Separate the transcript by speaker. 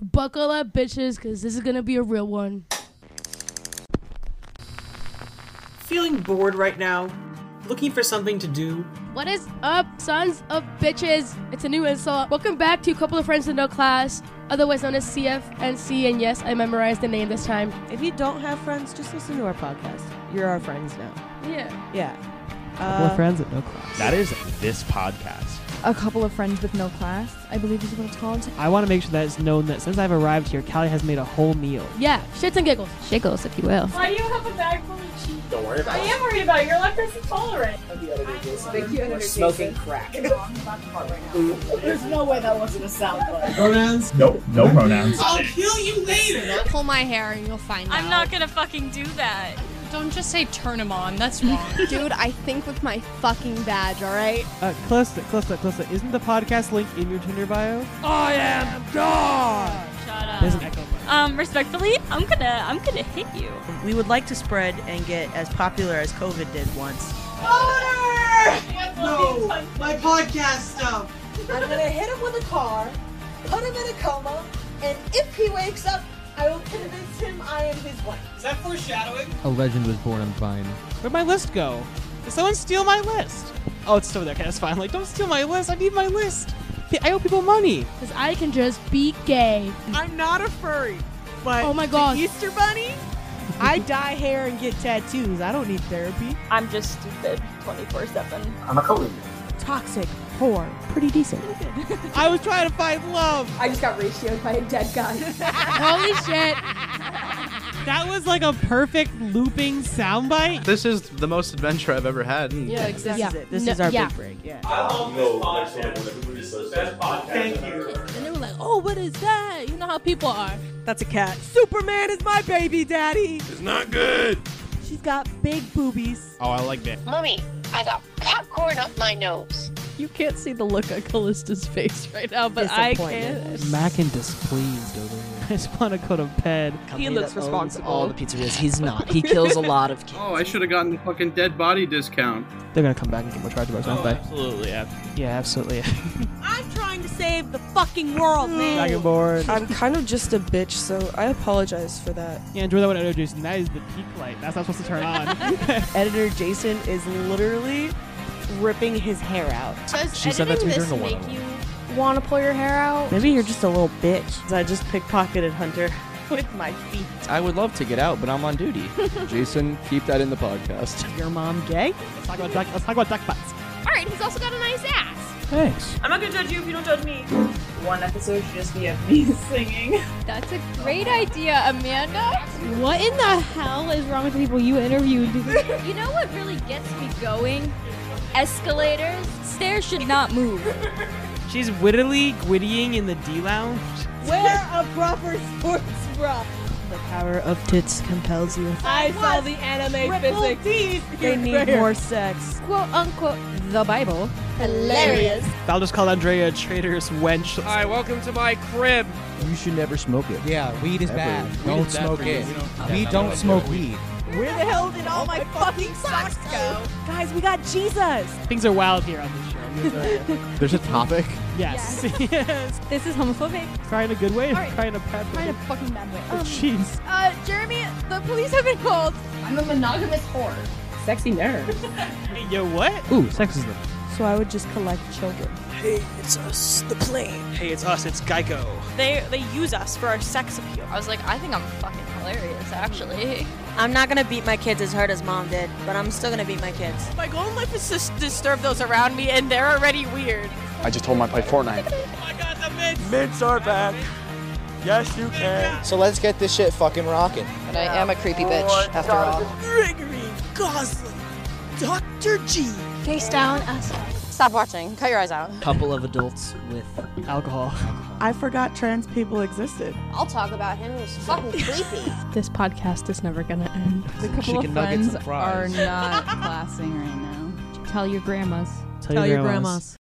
Speaker 1: Buckle up, bitches, because this is going to be a real one.
Speaker 2: Feeling bored right now? Looking for something to do?
Speaker 1: What is up, sons of bitches? It's a new insult. Welcome back to a couple of friends in no class, otherwise known as CFNC. And yes, I memorized the name this time.
Speaker 3: If you don't have friends, just listen to our podcast. You're our friends now.
Speaker 1: Yeah.
Speaker 3: Yeah.
Speaker 4: Couple of
Speaker 3: Uh,
Speaker 4: friends at no class.
Speaker 5: That is this podcast.
Speaker 6: A couple of friends with no class, I believe is what it's called.
Speaker 4: I want to make sure that it's known that since I've arrived here, Callie has made a whole meal.
Speaker 1: Yeah. Shits and giggles.
Speaker 6: Shiggles, if you will.
Speaker 7: Why do you have a bag full of cheese? Don't worry about it. I am worried about it. You're lactose intolerant.
Speaker 2: We're smoking crack.
Speaker 7: There's no way that wasn't a sound bite.
Speaker 5: Nope, no pronouns.
Speaker 8: Pull my hair and you'll find
Speaker 7: I'm not gonna fucking do that.
Speaker 8: Don't just say turn him on. That's wrong.
Speaker 6: Dude, I think with my fucking badge, alright?
Speaker 4: Uh, Calista, Calista, Calista, isn't the podcast link in your Tinder bio?
Speaker 7: Shut up.
Speaker 4: There's an echo. button.
Speaker 7: Um, respectfully, I'm gonna, I'm gonna hit you.
Speaker 3: we would like to spread and get as popular as COVID did once.
Speaker 9: My podcast stuff.
Speaker 7: I'm gonna hit him with a car, put him in a coma, and if he wakes up, I will convince him I am his wife.
Speaker 9: Is that foreshadowing?
Speaker 10: A legend was born on Vine.
Speaker 4: Where'd my list go? Did someone steal my list? Oh, it's still there. Okay, that's fine. Like, don't steal my list. I need my list. P- I owe people money.
Speaker 1: Because I can just be gay.
Speaker 3: I'm not a furry, but
Speaker 1: Oh my God.
Speaker 3: the Easter Bunny. I dye hair and get tattoos. I don't need therapy.
Speaker 7: I'm just stupid, 24/7.
Speaker 5: I'm a co
Speaker 3: Toxic, poor, pretty decent.
Speaker 4: I was trying to find love.
Speaker 7: I just got ratioed by a dead guy.
Speaker 1: Holy shit.
Speaker 4: That was like a perfect looping soundbite.
Speaker 10: This is the most adventure I've ever had. and
Speaker 1: Yeah, exactly.
Speaker 3: This is it. This
Speaker 1: No-
Speaker 3: is our
Speaker 1: yeah.
Speaker 3: big break. Yeah.
Speaker 1: And they were like, oh, what is that? You know how people are.
Speaker 3: That's a cat. Superman is my baby daddy. It's not good. She's got big boobies.
Speaker 10: Oh, I like that.
Speaker 8: Mommy, I got popcorn up my nose.
Speaker 6: You can't see the look on Callista's face right
Speaker 8: Oh,
Speaker 6: now, but I can.
Speaker 3: Disappointment.
Speaker 4: Mackin displeased over here. I just want to go to bed.
Speaker 3: He looks responsible.
Speaker 9: All the pizzerias. He's not. He kills a lot of kids.
Speaker 10: Oh, I should have gotten the fucking dead body discount.
Speaker 4: They're gonna come back and get more chargebacks, aren't they?
Speaker 5: Absolutely, yeah.
Speaker 4: Oh, Yeah, absolutely.
Speaker 3: I'm trying to save the fucking world, man.
Speaker 4: Dragon board.
Speaker 11: I'm kind of just a bitch, so I apologize for that.
Speaker 4: Yeah, enjoy that one, Editor Jason. That is the peak light. That's not supposed to turn on.
Speaker 3: Editor Jason is literally ripping his hair out.
Speaker 8: Does
Speaker 5: She said that to me during a one-on-one.
Speaker 6: Want to pull your hair out?
Speaker 3: Maybe you're just a little bitch. I just pickpocketed Hunter with my feet.
Speaker 9: I would love to get out, but I'm on duty.
Speaker 10: Jason, keep that in the podcast.
Speaker 3: Your mom gay?
Speaker 4: let's talk about duck. Let's talk about duck butts.
Speaker 8: All right, he's also got a nice ass.
Speaker 4: Thanks.
Speaker 7: I'm not gonna judge you if you don't judge me. One episode should just be of me singing.
Speaker 8: That's a great idea, Amanda.
Speaker 6: What in the hell is wrong with the people you interviewed?
Speaker 8: You know what really gets me going? Escalators. Stairs should not move.
Speaker 4: She's wittily gwittying in the D lounge.
Speaker 3: Wear a proper sports bra. The power of tits compels you. I saw the anime physics. They need more sex.
Speaker 8: Quote unquote, the Bible. Hilarious.
Speaker 4: I'll just call Andrea a traitorous wench.
Speaker 5: Hi, welcome to my crib.
Speaker 9: you should never smoke it.
Speaker 10: Yeah, weed is bad.
Speaker 9: Don't smoke it.
Speaker 10: We don't smoke weed.
Speaker 3: Where the hell did all my fucking socks go? Guys, we got Jesus.
Speaker 4: Things are wild here on this show.
Speaker 10: There's a topic.
Speaker 4: yes. Yes.
Speaker 6: this is homophobic.
Speaker 4: Cry in a good way or
Speaker 6: Alright.
Speaker 4: cry in a bad
Speaker 6: Trying
Speaker 4: way?
Speaker 6: to fucking bad way. Um,
Speaker 4: Jeez.
Speaker 6: uh, Jeremy, the police have been called.
Speaker 8: I'm a monogamous whore.
Speaker 3: Sexy nerd.
Speaker 4: Yo, what?
Speaker 10: Ooh, sexism.
Speaker 11: So I would just collect children.
Speaker 4: Hey, it's us. It's Geico.
Speaker 7: They they use us for our sex appeal.
Speaker 8: I was like, I think I'm fucking hilarious, actually.
Speaker 3: I'm not gonna beat my kids as hard as mom did, but I'm still gonna beat my kids.
Speaker 7: My goal in life is to s- disturb those around me, and they're already weird.
Speaker 5: I just told him I played Fortnite.
Speaker 9: So let's get this shit fucking rocking.
Speaker 8: But I am a creepy bitch, after all.
Speaker 3: Gregory Gosling, Dr. G.
Speaker 8: Face down, ass Stop watching. Cut your eyes out.
Speaker 9: Couple of adults with
Speaker 4: Alcohol.
Speaker 3: I forgot trans people existed.
Speaker 8: I'll talk about him. He's fucking creepy.
Speaker 6: This podcast is never gonna end.
Speaker 10: The couple chicken of nuggets friends and fries.
Speaker 6: are not classing right now. Tell your grandmas.
Speaker 4: Tell, your grandmas.